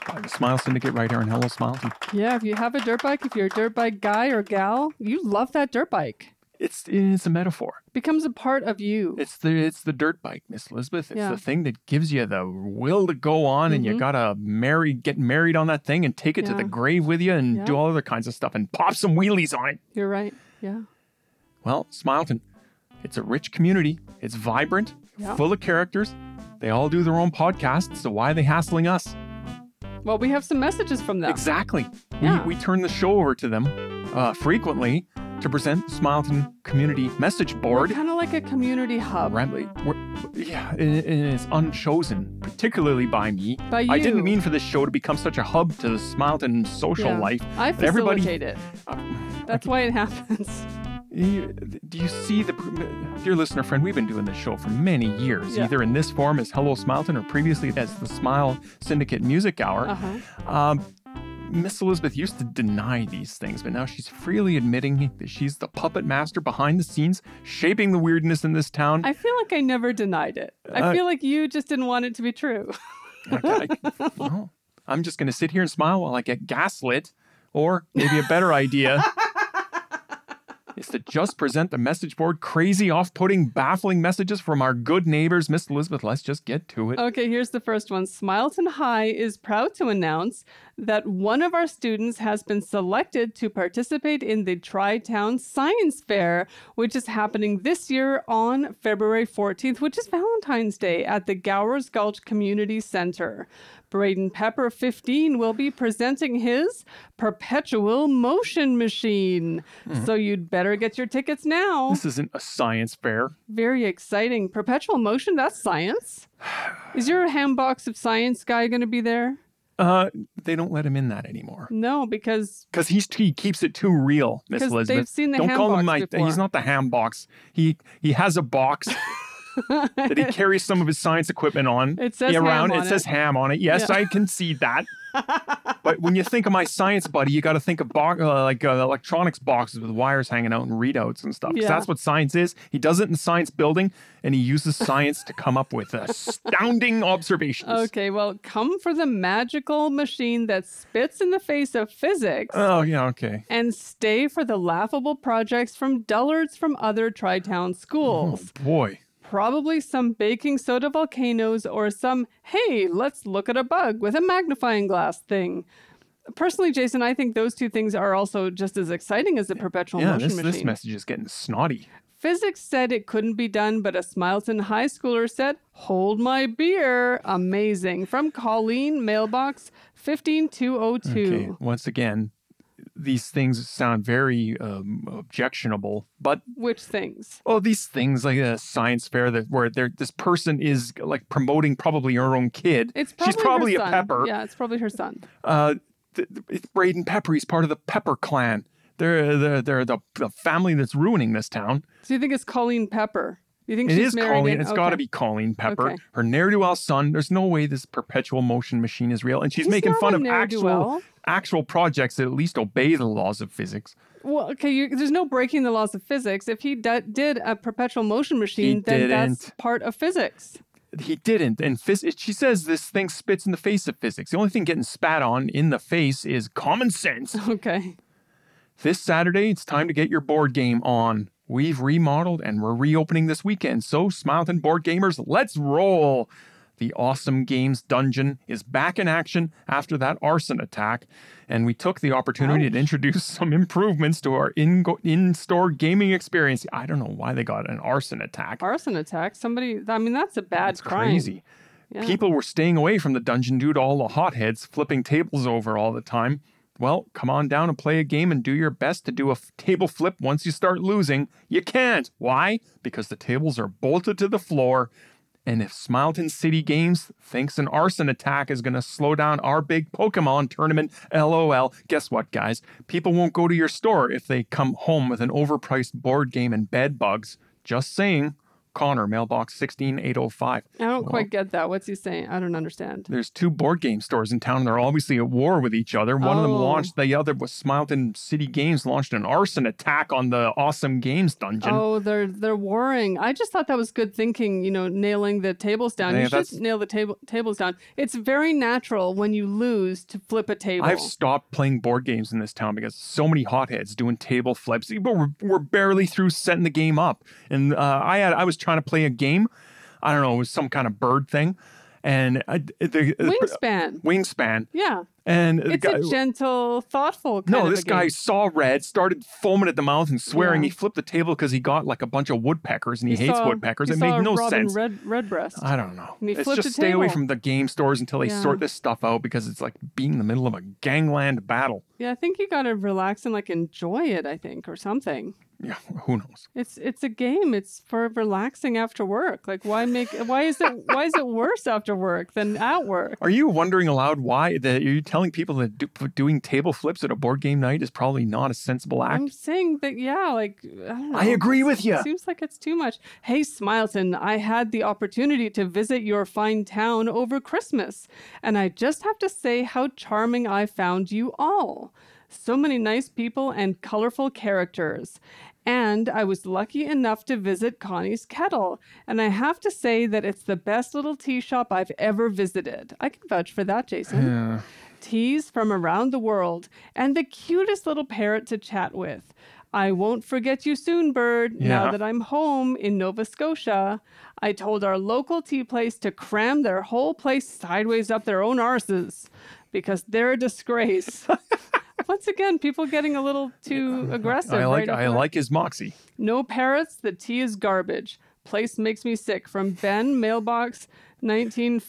Speaker 2: By the Smile Syndicate right here in Hello Smileton.
Speaker 1: Yeah, if you have a dirt bike, if you're a dirt bike guy or gal, you love that dirt bike.
Speaker 2: It's it's a metaphor.
Speaker 1: becomes a part of you.
Speaker 2: It's the it's the dirt bike, Miss Elizabeth. It's
Speaker 1: Yeah.
Speaker 2: the thing that gives you the will to go on, and you
Speaker 1: Mhm.
Speaker 2: gotta marry, get married on that thing, and take it to the
Speaker 1: Yeah.
Speaker 2: grave with you, and do
Speaker 1: Yeah.
Speaker 2: all other kinds of stuff, and pop some wheelies on it.
Speaker 1: You're right. Yeah.
Speaker 2: Well, Smileton, it's a rich community. It's vibrant,
Speaker 1: Yeah.
Speaker 2: full of characters. They all do their own podcasts, so why are they hassling us?
Speaker 1: Well, we have some messages from them.
Speaker 2: Exactly.
Speaker 1: Yeah.
Speaker 2: We, we turn the show over to them uh, frequently. to present the Smileton Community Message Board.
Speaker 1: Kind of like a community hub.
Speaker 2: Randomly, we're- yeah, and it- and it's unchosen, particularly by me.
Speaker 1: By
Speaker 2: I didn't
Speaker 1: you.
Speaker 2: mean for this show to become such a hub to the Smileton social
Speaker 1: Yeah.
Speaker 2: life.
Speaker 1: I
Speaker 2: But everybody-
Speaker 1: facilitate it. That's why it happens.
Speaker 2: You- Do you see the, dear listener friend? We've been doing this show for many years,
Speaker 1: Yeah.
Speaker 2: either in this form as Hello Smileton or previously as the Smile Syndicate Music Hour.
Speaker 1: Uh-huh.
Speaker 2: Um, Miss Elizabeth used to deny these things, but now she's freely admitting that she's the puppet master behind the scenes, shaping the weirdness in this town.
Speaker 1: I feel like I never denied it.
Speaker 2: Uh,
Speaker 1: I feel like you just didn't want it to be true.
Speaker 2: I, I, well, I'm just going to sit here and smile while I get gaslit, or maybe a better idea. is to just present the message board crazy, off putting, baffling messages from our good neighbors. Miss Elizabeth, let's just get to it.
Speaker 1: Okay, here's the first one. Smileton High is proud to announce that one of our students has been selected to participate in the Tri Town Science Fair, which is happening this year on February 14th, which is Valentine's Day, at the Gowers Gulch Community Center. Braden Pepper, 15, will be presenting his perpetual motion machine. So you'd better get your tickets now.
Speaker 2: This isn't a science fair.
Speaker 1: Very exciting. Perpetual motion, that's science. Is your handbox of science guy going to be there?
Speaker 2: Uh, they don't let him in that anymore.
Speaker 1: No, because
Speaker 2: Because he's he keeps it too real, Miss
Speaker 1: 'Cause they've
Speaker 2: Elizabeth.
Speaker 1: seen the
Speaker 2: Don't call him
Speaker 1: ham
Speaker 2: my.
Speaker 1: box before.
Speaker 2: He's not the ham box. He he has a box that he carries some of his science equipment on.
Speaker 1: It says ham
Speaker 2: around.
Speaker 1: on
Speaker 2: it,
Speaker 1: it.
Speaker 2: says ham on it. Yes, I can see that. but when you think of my science buddy, you got to think of box, uh, like uh, electronics boxes with wires hanging out and readouts and stuff. Because
Speaker 1: Yeah.
Speaker 2: that's what science is. He does it in the science building, and he uses science to come up with astounding observations.
Speaker 1: okay, well, come for the magical machine that spits in the face of physics.
Speaker 2: Oh yeah. Okay.
Speaker 1: and stay for the laughable projects from dullards from other tri town
Speaker 2: Oh
Speaker 1: schools.
Speaker 2: boy.
Speaker 1: Probably some baking soda volcanoes or some, hey, let's look at a bug with a magnifying glass thing. Personally, Jason, I think those two things are also just as exciting as the perpetual
Speaker 2: Yeah.
Speaker 1: motion
Speaker 2: This,
Speaker 1: machine.
Speaker 2: this message is getting snotty.
Speaker 1: Physics said it couldn't be done, but a Smileton high schooler said, Hold my beer. Amazing. From Colleen, mailbox 15202.
Speaker 2: Okay. Once again, these things sound very um, objectionable, but
Speaker 1: Which things?
Speaker 2: oh, these things like a science fair that where there this person is like promoting probably her own kid.
Speaker 1: It's probably
Speaker 2: She's probably
Speaker 1: her
Speaker 2: a
Speaker 1: son.
Speaker 2: pepper.
Speaker 1: Yeah, it's probably her son.
Speaker 2: Uh, th- th- it's Braden Pepper. He's part of the Pepper clan. They're they're, they're the, the family that's ruining this town.
Speaker 1: So you think it's Colleen Pepper? You think
Speaker 2: It
Speaker 1: she's
Speaker 2: is
Speaker 1: married?
Speaker 2: Colleen.
Speaker 1: in-
Speaker 2: It's got
Speaker 1: okay.
Speaker 2: to be Colleen Pepper,
Speaker 1: Okay.
Speaker 2: her ne'er-do-well son. There's no way this perpetual motion machine is real, and she's
Speaker 1: He's
Speaker 2: making
Speaker 1: not
Speaker 2: fun
Speaker 1: a
Speaker 2: of actual
Speaker 1: ne'er-do-well.
Speaker 2: actual projects that at least obey the laws of physics.
Speaker 1: Well, okay. You, there's no breaking the laws of physics. If he d- did a perpetual motion machine, then that's
Speaker 2: didn't.
Speaker 1: part of physics.
Speaker 2: he didn't. And phys- she says this thing spits in the face of physics. The only thing getting spat on in the face is common sense.
Speaker 1: Okay.
Speaker 2: this Saturday, it's time to get your board game on. We've remodeled and we're reopening this weekend. So, Smileton board gamers, let's roll. The Awesome Games Dungeon is back in action after that arson attack, and we took the opportunity to introduce some improvements to our in- in-store gaming experience. I don't know why they got an arson attack.
Speaker 1: Arson attack. Somebody. I mean, that's a bad
Speaker 2: It's
Speaker 1: crime.
Speaker 2: crazy.
Speaker 1: Yeah.
Speaker 2: People were staying away from the dungeon due to all the hotheads flipping tables over all the time. Well, come on down and play a game and do your best to do a f- table flip once you start losing. You can't. Why? Because the tables are bolted to the floor. And if Smileton City Games thinks an arson attack is going to slow down our big Pokemon tournament, lol, guess what, guys? People won't go to your store if they come home with an overpriced board game and bed bugs. Just saying. Connor, mailbox 16805.
Speaker 1: I don't
Speaker 2: Well,
Speaker 1: quite get that. What's he saying? I don't understand.
Speaker 2: there's two board game stores in town and they're obviously at war with each other. One of them
Speaker 1: Oh.
Speaker 2: launched, the other was Smileton City Games launched an arson attack on the Awesome Games dungeon.
Speaker 1: Oh, they're they're warring. I just thought that was good thinking. You know, nailing the tables down.
Speaker 2: Yeah,
Speaker 1: you
Speaker 2: that's-
Speaker 1: should nail the table tables down. It's very natural when you lose to flip a table.
Speaker 2: I've stopped playing board games in this town because so many hotheads doing table flips. But we're, we're barely through setting the game up. And uh, I had I was trying to play a game. I don't know, it was some kind of bird thing. And I, the,
Speaker 1: Wingspan.
Speaker 2: Wingspan.
Speaker 1: Yeah.
Speaker 2: And the
Speaker 1: It's
Speaker 2: guy-
Speaker 1: a gentle, thoughtful kind
Speaker 2: no,
Speaker 1: of
Speaker 2: this
Speaker 1: a game.
Speaker 2: guy saw red, started foaming at the mouth and swearing.
Speaker 1: Yeah.
Speaker 2: He flipped the table because he got like a bunch of woodpeckers and he,
Speaker 1: He
Speaker 2: hates
Speaker 1: saw-
Speaker 2: woodpeckers.
Speaker 1: he
Speaker 2: It
Speaker 1: saw
Speaker 2: made no
Speaker 1: Robin
Speaker 2: sense.
Speaker 1: Red, Redbreast.
Speaker 2: I don't know.
Speaker 1: And he
Speaker 2: Let's
Speaker 1: flipped
Speaker 2: just
Speaker 1: a
Speaker 2: stay away
Speaker 1: table.
Speaker 2: from the game stores until they
Speaker 1: Yeah.
Speaker 2: sort this stuff out because it's like being in the middle of a gangland battle.
Speaker 1: yeah, I think you got to relax and like enjoy it. I think or something.
Speaker 2: Yeah, who knows?
Speaker 1: It's it's a game. It's for relaxing after work. Like why make why is it why is it worse after work than at work?
Speaker 2: Are you wondering aloud why that you're telling people that do, doing table flips at a board game night is probably not a sensible act?
Speaker 1: I'm saying that yeah, like I don't know.
Speaker 2: I agree with you.
Speaker 1: Seems like it's too much. Hey, Smileton, I had the opportunity to visit your fine town over Christmas, and I just have to say how charming I found you all. So many nice people and colorful characters. And I was lucky enough to visit Connie's Kettle, and I have to say that it's the best little tea shop I've ever visited. I can vouch for that, Jason
Speaker 2: Yeah.
Speaker 1: teas from around the world, and the cutest little parrot to chat with. I won't forget you soon, bird,
Speaker 2: Yeah.
Speaker 1: now that I'm home in Nova Scotia. I told our local tea place to cram their whole place sideways up their own arses because they're a disgrace. Once again, people getting a little too aggressive.
Speaker 2: I like
Speaker 1: right off
Speaker 2: I
Speaker 1: the-
Speaker 2: like his moxie.
Speaker 1: no parrots, the tea is garbage. Place makes me sick. From Ben, mailbox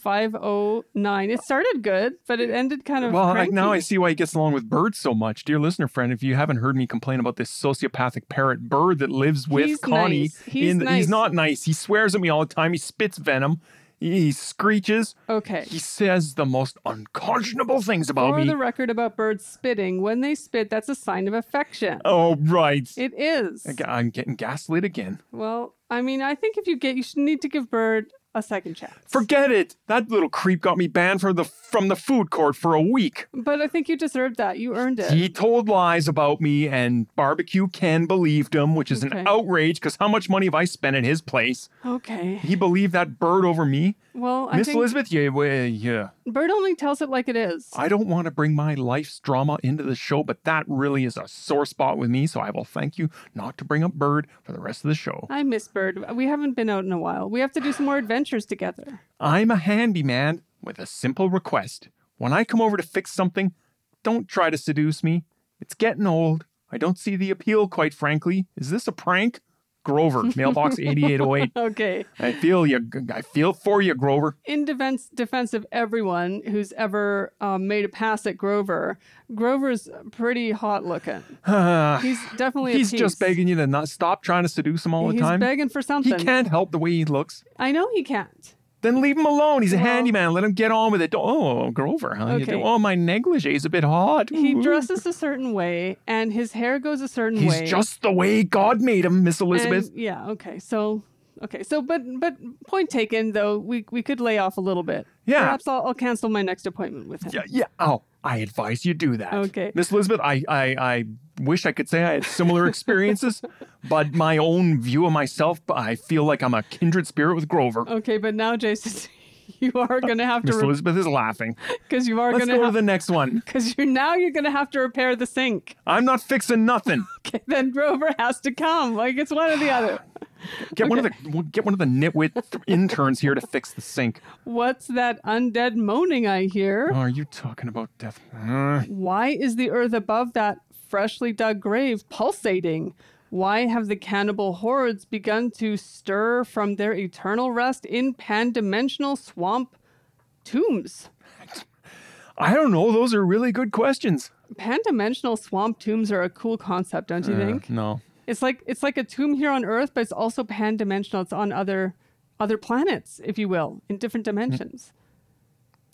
Speaker 1: 19509. It started good, but it ended kind of.
Speaker 2: Well, I,
Speaker 1: cranky.
Speaker 2: now I see why he gets along with birds so much. Dear listener friend, if you haven't heard me complain about this sociopathic parrot bird that lives with
Speaker 1: He's
Speaker 2: Connie,
Speaker 1: nice. He's
Speaker 2: in the- he's
Speaker 1: nice.
Speaker 2: not nice. He swears at me all the time. He spits venom. He, he screeches.
Speaker 1: Okay.
Speaker 2: He says the most unconscionable things about
Speaker 1: For
Speaker 2: me.
Speaker 1: the record about birds spitting, when they spit, that's a sign of affection.
Speaker 2: oh, right.
Speaker 1: It is.
Speaker 2: Ga- I'm getting gaslit again.
Speaker 1: Well, I mean, I think if you get, you should need to give bird a second chance.
Speaker 2: Forget it. That little creep got me banned from the from the food court for a week.
Speaker 1: but I think you deserved that. You earned it.
Speaker 2: He told lies about me, and Barbecue Ken believed him, which is
Speaker 1: Okay.
Speaker 2: an outrage because how much money have I spent at his place?
Speaker 1: okay.
Speaker 2: He believed that bird over me.
Speaker 1: Well, I
Speaker 2: Miss
Speaker 1: think
Speaker 2: Elizabeth, yeah, well, yeah.
Speaker 1: bird only tells it like it is.
Speaker 2: I don't want to bring my life's drama into the show, but that really is a sore spot with me. So I will thank you not to bring up Bird for the rest of the show.
Speaker 1: I miss bird. We haven't been out in a while. We have to do some more adventures together.
Speaker 2: I'm a handyman with a simple request. When I come over to fix something, don't try to seduce me. It's getting old. I don't see the appeal, quite frankly. Is this a prank? Grover, mailbox 8808.
Speaker 1: Okay.
Speaker 2: I feel you. I feel for you, Grover.
Speaker 1: in defense defense of everyone who's ever um, made a pass at Grover, Grover's pretty hot looking. He's definitely
Speaker 2: He's
Speaker 1: a
Speaker 2: just
Speaker 1: piece.
Speaker 2: begging you to not stop trying to seduce him all the
Speaker 1: He's
Speaker 2: time.
Speaker 1: begging for
Speaker 2: He
Speaker 1: something.
Speaker 2: can't help the way he looks.
Speaker 1: I know he can't.
Speaker 2: Then leave him alone. He's a
Speaker 1: Well-
Speaker 2: handyman. Let him get on with it. Don't- Oh, Grover, huh? You
Speaker 1: Okay.
Speaker 2: do- Oh, my negligee is a bit hot.
Speaker 1: He
Speaker 2: Ooh.
Speaker 1: dresses a certain way and his hair goes a certain
Speaker 2: He's
Speaker 1: way.
Speaker 2: just the way God made him, Miss
Speaker 1: And-
Speaker 2: Elizabeth.
Speaker 1: yeah, okay. So okay. So but but point taken though, we we could lay off a little bit.
Speaker 2: Yeah.
Speaker 1: Perhaps I'll, I'll cancel my next appointment with him.
Speaker 2: Yeah, yeah. Oh, I advise you do that.
Speaker 1: Okay.
Speaker 2: Miss Elizabeth, I, I, I wish I could say I had similar experiences, but my own view of myself, I feel like I'm a kindred spirit with Grover.
Speaker 1: Okay, but now Jason you are gonna have
Speaker 2: Miss
Speaker 1: to
Speaker 2: Elizabeth is laughing.
Speaker 1: because you are
Speaker 2: Let's
Speaker 1: gonna
Speaker 2: go to
Speaker 1: have
Speaker 2: the next one.
Speaker 1: because you're now you're gonna have to repair the sink.
Speaker 2: I'm not fixing nothing.
Speaker 1: Okay, then Grover has to come. Like it's one or the other.
Speaker 2: Get one of the we'll get one of the nitwit interns here to fix the sink.
Speaker 1: What's that undead moaning I hear?
Speaker 2: Oh, are you talking about death? Uh,
Speaker 1: Why is the earth above that freshly dug grave pulsating? Why have the cannibal hordes begun to stir from their eternal rest in pan-dimensional swamp tombs?
Speaker 2: I don't know. Those are really good questions.
Speaker 1: Pan-dimensional swamp tombs are a cool concept, don't you think?
Speaker 2: No.
Speaker 1: It's like it's like a tomb here on Earth, but it's also pan-dimensional. It's on other other planets, if you will, in different dimensions.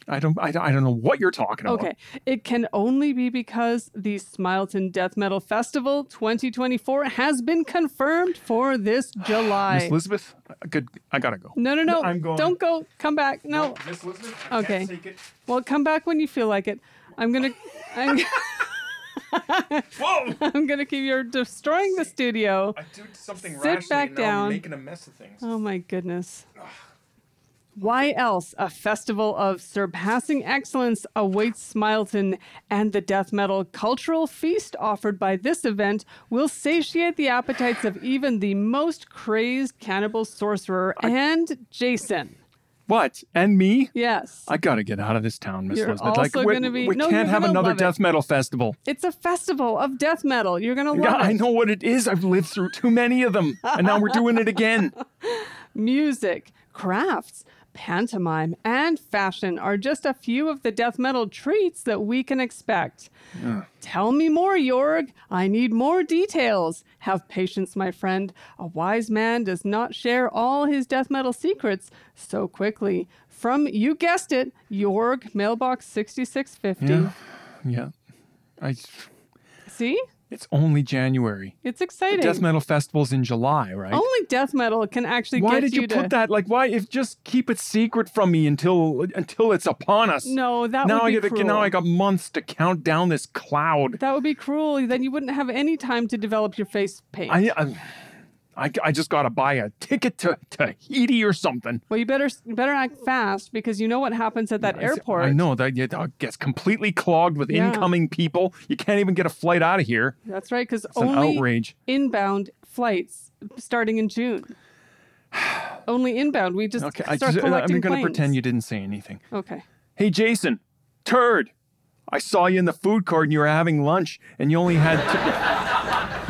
Speaker 2: I don't, I, don't- I don't know what you're talking about.
Speaker 1: Okay. It can only be because the Smileton Death Metal Festival 2024 has been confirmed for this July.
Speaker 2: Miss Elizabeth, I- good. I gotta go.
Speaker 1: no, no, no.
Speaker 2: I'm going.
Speaker 1: Don't go. Come back. No.
Speaker 2: Oh, Miss Elizabeth,
Speaker 1: Okay. Well, come back when you feel like it. I'm going to I'm,
Speaker 2: Whoa!
Speaker 1: I'm going to keep you're destroying the studio.
Speaker 2: I do something
Speaker 1: Sit rashly back and now I'm down.
Speaker 2: making
Speaker 1: making
Speaker 2: a mess of things.
Speaker 1: Oh my goodness. Why else a festival of surpassing excellence awaits Smileton, and the death metal cultural feast offered by this event will satiate the appetites of even the most crazed cannibal sorcerer and Jason.
Speaker 2: What? And me?
Speaker 1: Yes.
Speaker 2: I gotta get out of this town, Miss
Speaker 1: You're
Speaker 2: Elizabeth.
Speaker 1: also
Speaker 2: we,
Speaker 1: gonna be-
Speaker 2: we
Speaker 1: No,
Speaker 2: can't
Speaker 1: you're
Speaker 2: have
Speaker 1: gonna
Speaker 2: another
Speaker 1: love it.
Speaker 2: death metal festival.
Speaker 1: it's a festival of death metal. You're going to love
Speaker 2: Yeah, I
Speaker 1: it.
Speaker 2: know what it is. I've lived through too many of them, and now we're doing it again.
Speaker 1: Music, crafts, pantomime, and fashion are just a few of the death metal treats that we can expect. Tell me more, Jorg. I need more details. Have patience, my friend. A wise man does not share all his death metal secrets so quickly. From, you guessed it, Jorg, mailbox 6650.
Speaker 2: Yeah, yeah. I,
Speaker 1: See?
Speaker 2: it's only January.
Speaker 1: It's exciting.
Speaker 2: Death metal festivals in July, right?
Speaker 1: Only death metal can actually
Speaker 2: why
Speaker 1: get
Speaker 2: did you,
Speaker 1: to...
Speaker 2: put that? Like, why? If just keep it secret from me until until it's upon us.
Speaker 1: No, that
Speaker 2: now
Speaker 1: would
Speaker 2: I
Speaker 1: be
Speaker 2: get to-
Speaker 1: cruel.
Speaker 2: now I got months to count down this cloud.
Speaker 1: That would be cruel. Then you wouldn't have any time to develop your face paint.
Speaker 2: I, I I I just gotta buy a ticket to Tahiti or something.
Speaker 1: well, you better you better act fast because you know what happens at that
Speaker 2: I s-
Speaker 1: airport.
Speaker 2: I know that it uh, gets completely clogged with
Speaker 1: Yeah.
Speaker 2: incoming people. You can't even get a flight out of here.
Speaker 1: That's right, because
Speaker 2: It's an
Speaker 1: only
Speaker 2: outrage.
Speaker 1: inbound flights starting in June. only inbound. We just
Speaker 2: Okay, I
Speaker 1: start
Speaker 2: just, uh,
Speaker 1: collecting
Speaker 2: I'm gonna
Speaker 1: planes.
Speaker 2: pretend you didn't say anything.
Speaker 1: Okay.
Speaker 2: Hey, Jason, turd. I saw you in the food court and you were having lunch, and you only had. two-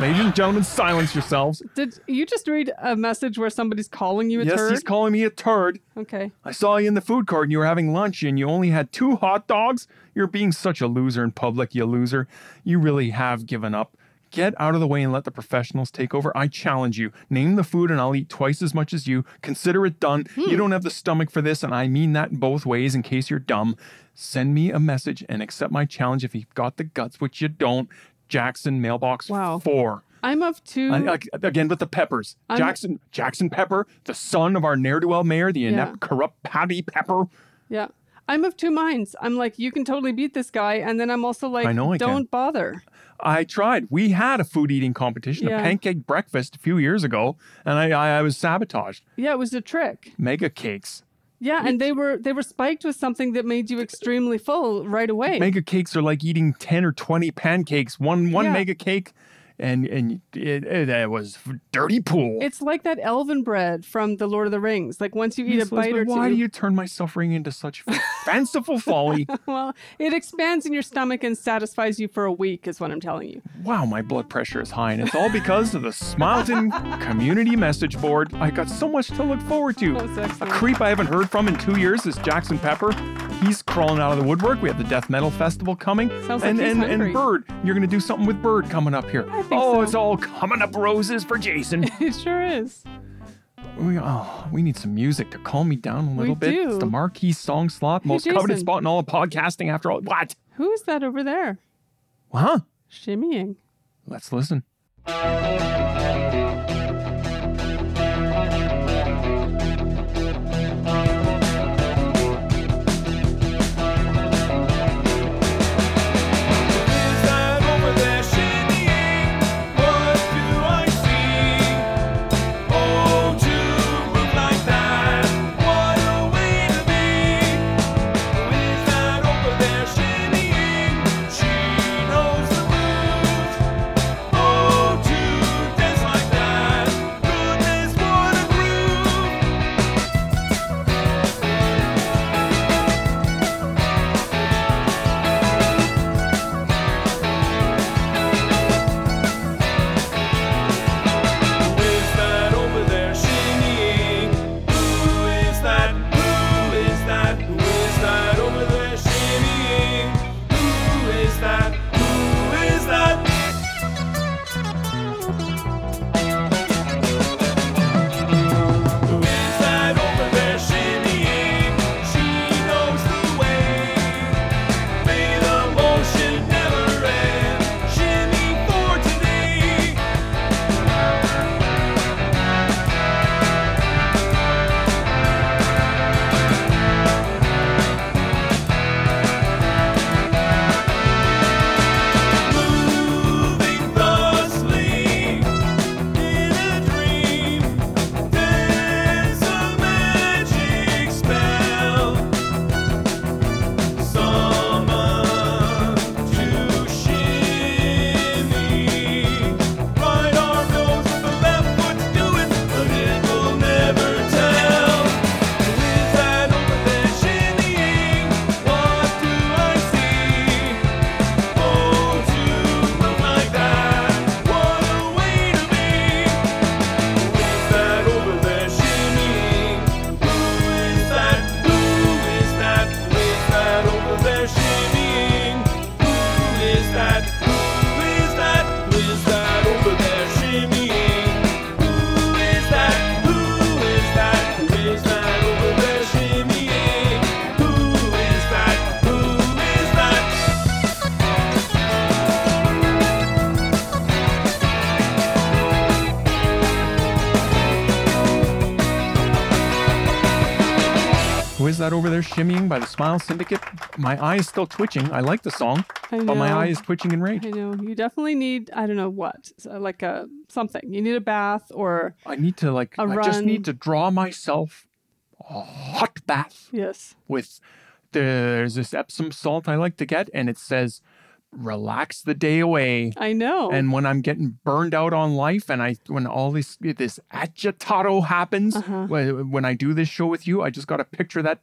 Speaker 2: Ladies and gentlemen, silence yourselves.
Speaker 1: Did you just read a message where somebody's calling you a
Speaker 2: yes,
Speaker 1: turd?
Speaker 2: he's calling me a turd.
Speaker 1: okay.
Speaker 2: I saw you in the food court and you were having lunch and you only had two hot dogs. You're being such a loser in public, you loser. You really have given up. Get out of the way and let the professionals take over. I challenge you. Name the food and I'll eat twice as much as you. Consider it done.
Speaker 1: Hmm.
Speaker 2: You don't have the stomach for this, and I mean that in both ways in case you're dumb. Send me a message and accept my challenge if you've got the guts, which you don't. Jackson mailbox
Speaker 1: Wow.
Speaker 2: four.
Speaker 1: I'm of two.
Speaker 2: And, like, again with the peppers.
Speaker 1: Mm-hmm. I'm-
Speaker 2: Jackson Jackson Pepper, the son of our ne'er do well mayor, the inept, corrupt Patty Pepper.
Speaker 1: yeah. I'm of two minds. I'm like, you can totally beat this guy, and then I'm also like,
Speaker 2: I know I can.
Speaker 1: don't bother.
Speaker 2: I tried. We had a food eating competition,
Speaker 1: Yeah.
Speaker 2: a pancake breakfast a few years ago, and I, I, I was sabotaged.
Speaker 1: Yeah, it was a trick.
Speaker 2: Mega cakes.
Speaker 1: Yeah, and they were they were spiked with something that made you extremely full right away.
Speaker 2: Mega cakes are like eating ten or twenty pancakes. One one
Speaker 1: Yeah.
Speaker 2: mega cake, and and it, it, it was dirty pool.
Speaker 1: it's like that elven bread from the Lord of the Rings. Like once you eat
Speaker 2: Miss
Speaker 1: a bite
Speaker 2: Elizabeth,
Speaker 1: or
Speaker 2: why
Speaker 1: two,
Speaker 2: do you turn my suffering into such fanciful folly?
Speaker 1: well, it expands in your stomach and satisfies you for a week, is what I'm telling you.
Speaker 2: Wow, my blood pressure is high, and it's all because of the Smileton Community Message Board. I got so much to look forward to.
Speaker 1: That's
Speaker 2: A
Speaker 1: excellent.
Speaker 2: creep I haven't heard from in two years is Jackson Pepper. He's crawling out of the woodwork. We have the Death Metal Festival coming.
Speaker 1: Sounds like
Speaker 2: and,
Speaker 1: he's
Speaker 2: and,
Speaker 1: hungry.
Speaker 2: and Bird. You're going to do something with Bird coming up here.
Speaker 1: I think
Speaker 2: oh,
Speaker 1: so.
Speaker 2: it's all coming up roses for Jason.
Speaker 1: It sure is.
Speaker 2: we, oh, we need some music to calm me down a little bit.
Speaker 1: do.
Speaker 2: It's the marquee song slot, most coveted
Speaker 1: Jason.
Speaker 2: spot in all of podcasting after all. What?
Speaker 1: Who is that over there?
Speaker 2: Huh?
Speaker 1: Shimmying.
Speaker 2: Let's listen.
Speaker 3: Is that over there shimmying? What do I see? Oh, to move like that, what a way to be! Is that over there shimmying? She knows the moves. Oh, to dance
Speaker 2: Who is that over there shimmying by the Smile Syndicate? My eye is still twitching. I like the song,
Speaker 1: I know.
Speaker 2: but Oh, my eye is twitching in rage.
Speaker 1: I know. You definitely need, I don't know what, so like a something. You need a bath or,
Speaker 2: I need to like.
Speaker 1: A
Speaker 2: I just
Speaker 1: run.
Speaker 2: need to draw myself a hot bath
Speaker 1: yes.
Speaker 2: with. There's this Epsom salt I like to get, and it says, "Relax the day away."
Speaker 1: I know.
Speaker 2: And when I'm getting burned out on life, and I when all this this agitato happens,
Speaker 1: Uh-huh.
Speaker 2: when, when I do this show with you, I just got to picture that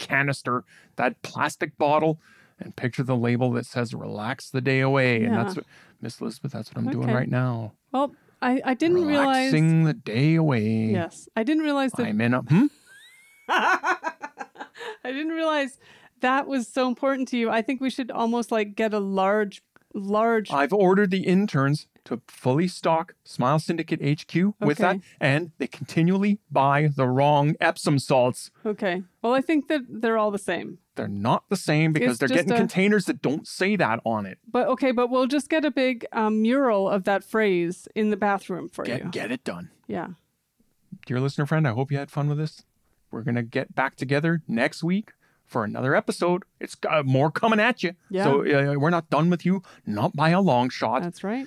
Speaker 2: canister, that plastic bottle, and picture the label that says "Relax the day away." And that's
Speaker 1: Yeah.
Speaker 2: what Miss Elizabeth. That's what I'm doing
Speaker 1: Okay.
Speaker 2: right now.
Speaker 1: well, I, I didn't realize.
Speaker 2: Relaxing the day away.
Speaker 1: Yes. I didn't realize that
Speaker 2: I'm in a. Hmm?
Speaker 1: I didn't realize that was so important to you. I think we should almost like get a large, large.
Speaker 2: I've ordered the interns to fully stock Smile Syndicate HQ with that,
Speaker 1: Okay.
Speaker 2: and they continually buy the wrong Epsom salts.
Speaker 1: okay. Well, I think that they're all the same.
Speaker 2: They're not the same because
Speaker 1: It's
Speaker 2: they're
Speaker 1: just
Speaker 2: getting
Speaker 1: a-
Speaker 2: containers that don't say that on it.
Speaker 1: But okay, but we'll just get a big um, mural of that phrase in the bathroom for
Speaker 2: Get,
Speaker 1: you.
Speaker 2: get it done.
Speaker 1: Yeah.
Speaker 2: Dear listener friend, I hope you had fun with this. We're going to get back together next week for another episode. It's uh, more coming at you.
Speaker 1: Yeah.
Speaker 2: So uh, we're not done with you, not by a long shot.
Speaker 1: That's right.